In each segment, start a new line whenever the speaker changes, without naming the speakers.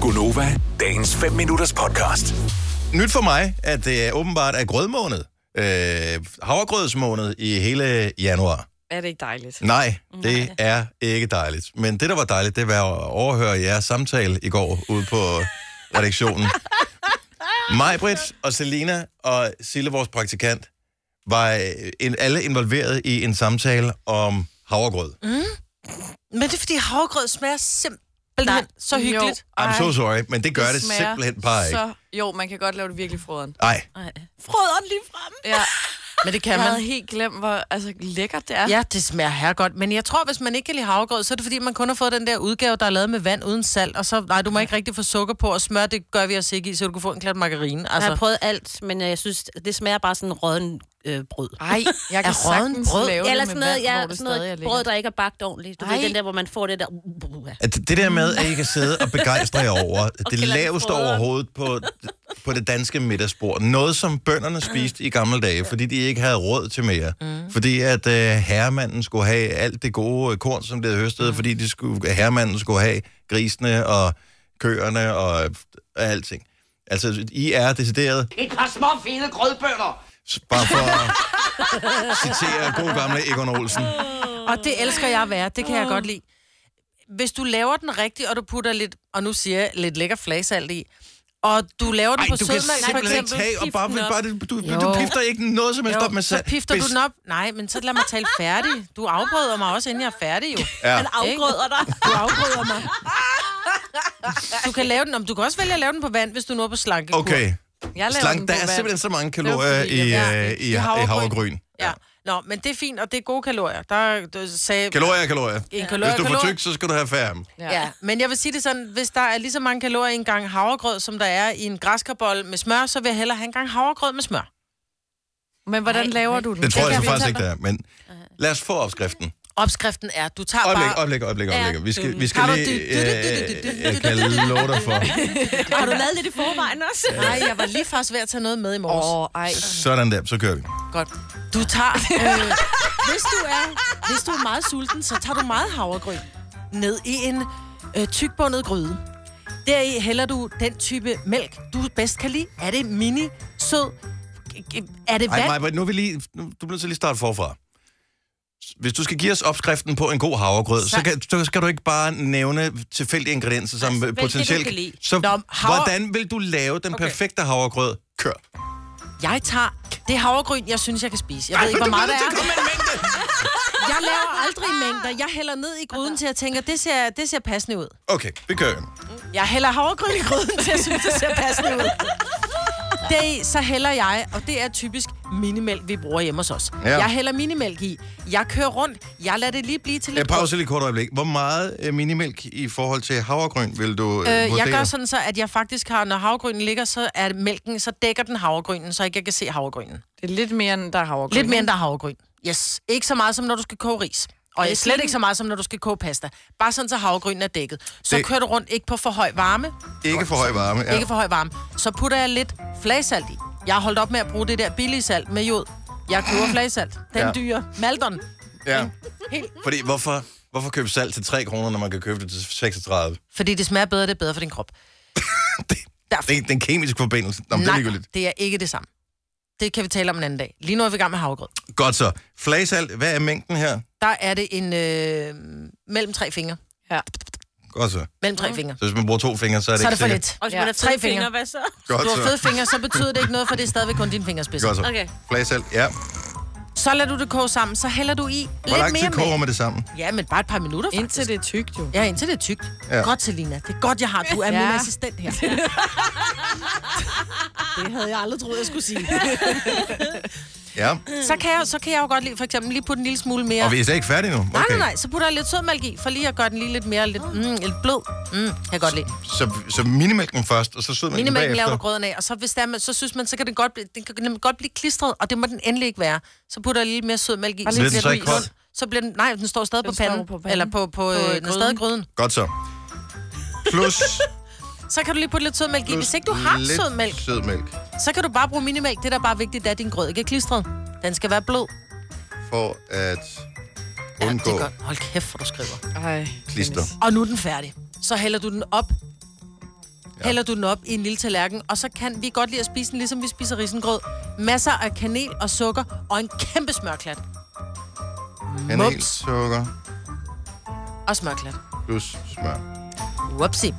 Gunova, dagens 5 minutters podcast.
nyt for mig, at det åbenbart er grødmåned. Øh, havregrødsmåned i hele januar.
Er det ikke dejligt?
Nej, det er ikke dejligt. Men det, der var dejligt, det var at overhøre jeres samtale i går ude på redaktionen. Majbrit og Selina og Sille, vores praktikant, var øh, en, alle involveret i en samtale om havregrød. Mm.
Men det er fordi havregrød smager simpelthen Nej. så hyggeligt.
Jo,
I'm so sorry, men det gør det, det
smager
simpelthen bare ikke.
Så, jo, man kan godt lave det virkelig froderen.
Nej,
Frøderen lige frem.
Ja,
Men det kan
jeg havde
man.
helt glemt, hvor altså, lækkert det er.
Ja, det smager her godt. Men jeg tror, hvis man ikke kan lide havregrød, så er det fordi, man kun har fået den der udgave, der er lavet med vand uden salt. Og så, nej, du må ikke rigtig få sukker på, og smør, det gør vi os ikke i, så du kan få en klat margarine.
Jeg har
Altså,
prøvet alt, men øh, jeg synes, det smager bare sådan rådden øh, brød.
Nej, jeg kan
Er rådden
sagtens
brød?
lave
Eller
det
sådan
med
noget,
vand,
ja,
hvor det
sådan
stadig er
noget brød,
lækkert.
der ikke er bagt ordentligt. Du Ej.
Ej.
ved, den der, hvor man får det der... uh,
At det der med, at I kan sidde og begejstre jer over det
kalde det
laveste
frøderen.
overhovedet på, på det danske middagsbord. Noget, som bønderne spiste i gamle dage, fordi de ikke havde råd til mere. Mm. Fordi at øh, herremanden skulle have alt det gode øh, korn, som blev høstet, mm. fordi de skulle, herremanden skulle have grisene og køerne og, og alting. Altså, I er decideret
Et par små fede grødbønder.
bare for at citere god gamle Egon Olsen.
og det elsker jeg at være. Det kan jeg godt lide. Hvis du laver den rigtigt, og du putter lidt, og nu siger jeg, lidt lækker flagsalt i, og du laver den
Ej,
på
du kan
sødmælk, for
simpelthen ikke
eksempel.
tage, og bare,
pifte den op.
bare, du, du, du
Jo.
pifter ikke noget som helst
Jo,
op med
så
sal-
pifter
Hvis-
du den op. Nej, men så lad mig tale færdig. Du afbryder mig også, inden jeg er færdig jo.
Ja.
Han afgrøder dig.
Du afbryder mig. Du kan lave den, om du kan også vælge at lave den på vand, hvis du nu er på slankekur.
Okay.
Jeg laver
Slank,
den
der
på
er
vand.
simpelthen så mange kalorier
fordi,
i,
jeg-
øh, i, i
i havregryn.
havregryn.
Ja. Nå, men det er fint, og det er gode kalorier. Der du sagde...
Kalorier er kalorier.
En
Hvis
kalorie,
du er for
kalorie.
tyk, så skal du have færre.
Ja, men jeg vil sige det sådan, hvis der er lige så mange kalorier i en gang havregrød, som der er i en græskarbolle med smør, så vil jeg hellere have en gang havregrød med smør.
Men hvordan laver du den?
Det tror jeg så
kan vi
faktisk
tage-
ikke, der er. Men lad os få opskriften.
Opskriften er, du tager
Øjeblik,
bare...
øjeblik, øjeblik, øjeblik. Vi skal, vi skal
Har du
lige...
dy- dy- dy- dy- dy- dy-
øh,
dy-
Jeg kan love dig for.
Har du lavet lidt i forvejen også?
Nej, jeg var lige faktisk ved at tage noget med i morges.
Åh, ej.
Sådan der, så kører vi.
Godt. Du tager... Øh, hvis, du er, hvis du er meget sulten, så tager du meget havregryn ned i en øh, tykbundet gryde. Deri hælder du den type mælk, du bedst kan lide. Er det mini, sød? Er det
Ej,
vand?
Maja, Britt, nu er vi lige... Nu, du bliver nødt til lige at starte forfra. Hvis du skal give os opskriften på en god havregrød, så, kan, så skal du ikke bare nævne tilfældige ingredienser, som
Altså, hvilket
potentielt...
du kan lide.
Så
Nå, havre-
hvordan vil du lave den perfekte havregrød? Kør.
Jeg tager det havregryn, jeg synes, jeg kan spise. Jeg ved
Ej,
ikke, hvor
men du
meget der
bliver nødt til at
er.
komme med en mængde.
Jeg laver aldrig mængder. Jeg hælder ned i gryden til at tænke, at det ser, det ser passende ud.
Okay, vi kører.
Jeg hælder havregryn i gryden, til jeg synes, det ser passende ud. Deri, så hælder jeg, og det er typisk minimælk, vi bruger hjemme hos os.
Ja.
Ja. Jeg hælder minimælk i. Jeg kører rundt. Jeg lader det lige blive til
Jeg
lidt
pause lige et kort øjeblik. Hvor meget øh, minimælk i forhold til havregryn vil du øh,
Øh,
vurdere?
jeg gør sådan så, at jeg faktisk har, når havregrynen ligger, så er mælken, så dækker den havregrynen, så ikke jeg kan se havregrynen.
Det er lidt mere, end der har
Lidt mere, end der er havregryn. Yes. Ikke så meget, som når du skal koge ris. Og slet ikke så meget, som når du skal koge pasta. Bare sådan, så havregrynen er dækket. Så
Det-
kører du rundt, ikke på for høj varme,
Ikke for høj varme. Ja.
ja. ikke for høj varme. Så putter jeg lidt flagesalt i. Jeg har holdt op med at bruge det der billige salt med jod. Jeg køber flagesalt. Den
Ja.
ja. dyre. Maldon.
ja. Fordi hvorfor, hvorfor købe salt til 3 kroner, når man kan købe det til 36?
Fordi det smager bedre, det er bedre for din krop. Derfor.
Det er den kemiske forbindelse. Nå, men det er
Nej,
ligegyldigt.
det er ikke det samme. Det kan vi tale om en anden dag. Lige nu er vi i gang med havregrød.
Godt så. Flagesalt, hvad er mængden her?
Der er det en øh, mellem tre fingre.
Godt så.
Mellem tre fingre.
Så hvis man bruger to fingre, så er det
Så
ikke
er det for
sikkert.
lidt.
Og hvis
Ja.
man har
Tre
tre
fingre.
fingre, hvad så?
Godt
Du har fede
så.
fingre, så betyder det ikke noget, for det er stadigvæk kun din fingerspids.
Godt så.
Okay.
Flagesalt, ja.
Så lader du det koge sammen, så hælder du i
Hvor
lidt
lang tid
mere
koger
mælk.
man det sammen?
Ja, men bare et par minutter faktisk.
Indtil det er tykt, jo.
Ja, indtil det er tykt.
Ja.
Ja. Godt, Selina. Det er godt, jeg har. Du er ja.
Ja.
min assistent her. det havde jeg aldrig troet, jeg skulle sige.
Ja.
Så kan jeg, så kan jeg jo godt lige, for eksempel lige putte en lille smule mere.
Og vi er slet ikke færdige nu.
Nej, nej, nej. Så putter jeg lidt sødmælk i, for lige at gøre den lige lidt mere lidt, mm, lidt blød. Mm, kan jeg godt lide.
Så, så minimælken først, og så sødmælken
Minimælken laver du
bagefter.
grøden af, og så, hvis det er, med- så synes man, så kan den godt, blive, den kan nemlig godt blive klistret, og det må den endelig ikke være. Så putter jeg lidt mere sødmælk i.
Bare
så
Bliver
lidt
den så
den
ikke
rund.
kold?
Så bliver den, nej, den står stadig
Den
på panden.
står på panden.
Eller på, på, på øh, den er
gryden.
stadig i gryden.
Godt så. Plus
Så kan du lige putte lidt sødmælk i. Hvis ikke du har
lidt
sødmælk,
sødmælk
så kan du bare bruge minimælk. Det, der bare er vigtigt, det er, at din grød ikke er klistret. Den skal være blød.
for at
Ja, det
undgå
er godt. Hold kæft, hvor du skriver.
Ej,
klister.
Dennis.
Og nu er den færdig. Så hælder du den op Ja. Hælder du den op i en lille tallerken, og så kan vi godt lide at spise den, ligesom vi spiser risengrød. Masser af kanel og sukker, og en kæmpe smørklat.
Kanel, sukker
Og smørklat.
plus smør.
Whoopsie.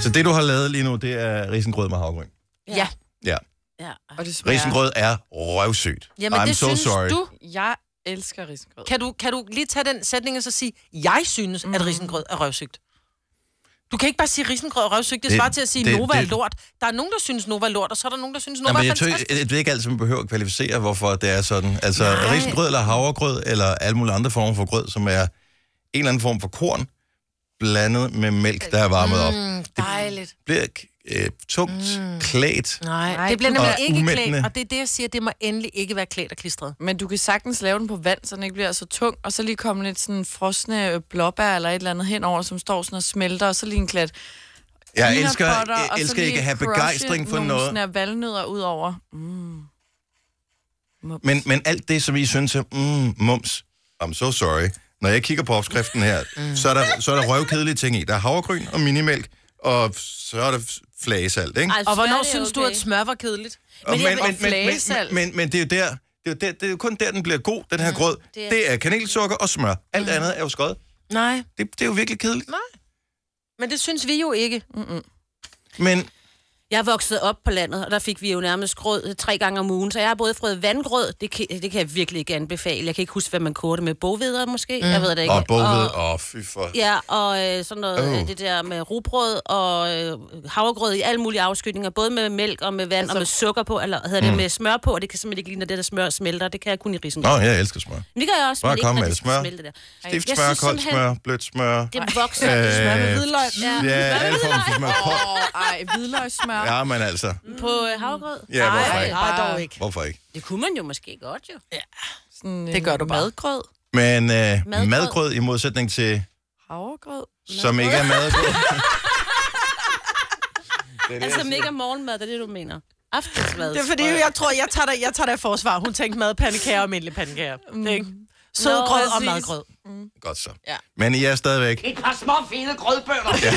Så det, du har lavet lige nu, det er risengrød med havregryn.
Ja.
Ja.
Ja.
Og det smager...
Risengrød er røvsygt.
Jamen,
I'm
det
so
synes
sorry.
du.
Jeg elsker risengrød.
Kan du, kan du lige tage den sætning og så sige, jeg synes, mm. at risengrød er røvsygt? Du kan ikke bare sige, risengrød er røvsygt. Det
Det-
svarer til at sige,
det-
Nova er
det-
lort. Der er nogen, der synes, Nova er lort, og så er der nogen, der synes,
Nå,
Nova
men
er
jeg, tø-
fantastisk.
jeg, jeg ved ikke altid, man behøver at kvalificere, hvorfor det er sådan. Altså, Nej. risengrød eller havregrød, eller alle mulige andre former for grød, som er en eller anden form for korn, blandet med mælk, der er varmet op. Mm.
Dejligt.
Bliver øh, tungt, mm. klædt.
Nej,
Nej,
det bliver
det-
nemlig
Og
ikke
umættende.
klædt, og det er det, jeg siger, det må endelig ikke være klædt og klistret.
Men du kan sagtens lave den på vand, så den ikke bliver så tung, og så lige komme lidt sådan frosne øh, blåbær eller et eller andet henover, som står sådan og smelter, og så lige en klat
Jeg
peanut
elsker,
butter,
jeg
og så
elsker
lige
ikke at have
crushe
begejstring for
nogle
noget.
Sådan her valnødder ud over.
Men, men alt det, som I synes er, mm, mums, I'm so sorry. Når jeg kigger på opskriften her, mm. så, er der, så er der røvkedelige ting i. Der er havregryn og minimælk, og så er der f- flagesalt, ikke?
Ej,
Og hvornår
smør det er
synes okay. du,
okay.
at smør var kedeligt?
Og
jeg- og flagesalt.
men, men, men det er jo der, det er, jo der, det er jo kun der, den bliver god, den her grød. Det er, det er kanelsukker og smør. Alt andet er jo skød.
Nej,
Det, det er jo virkelig kedeligt.
men det synes vi jo ikke.
Men
Jeg voksede op på landet, og der fik vi jo nærmest grød øh, tre gange om ugen, så jeg har både fået vandgrød, det kan, det kan jeg virkelig ikke anbefale. Jeg kan ikke huske, hvad man kogte med bogveder måske, mm. jeg ved det ikke.
og bovet, og oh, fy for...
Ja, og øh, sådan noget,
Åh.
øh, det der med rugbrød og øh, havregrød i alle mulige afskytninger, både med mælk og med vand altså, og med sukker på, eller hedder det med smør på, og det kan simpelthen ikke lide, når det der smør smelter, det kan jeg kun i risen.
Mm. Nå, jeg elsker smør.
Men det gør jeg også,
Bare
men ikke,
kom med
når det
det.
skal
Smør.
smelte der.
Stift
Jeg
smør,
synes
koldt
simpelthen-
smør, blødt smør.
Det vokser. ligesom
Smør med
Øh,
hvidløg.
Ja, alle former for smør. Kold-
Åh, ej, hvidløgssmør. Ja.
Ja, men altså,
På øh, havregrød?
Ja, hvorfor
Ej,
ikke?
Nej, dog ikke.
hvorfor ikke?
Det kunne man jo måske godt, jo.
Sådan,
Det gør du bare.
Madgrød.
Men øh, madgrød.
Madgrød.
madgrød i modsætning til,
Havregrød.
som ikke er madgrød. det er det,
Altså,
jeg
som
siger.
ikke er morgenmad, det er det, du mener. Aftensmad.
Det er fordi, jeg tror, jeg tager dig, jeg tager dig i forsvar. Hun tænkte madpandekager og almindelige pandekager. Mm. Ikke? Sødgrød og
præcis.
madgrød.
Godt så.
Ja.
Men I er stadigvæk.
Et par små fede grødbønder.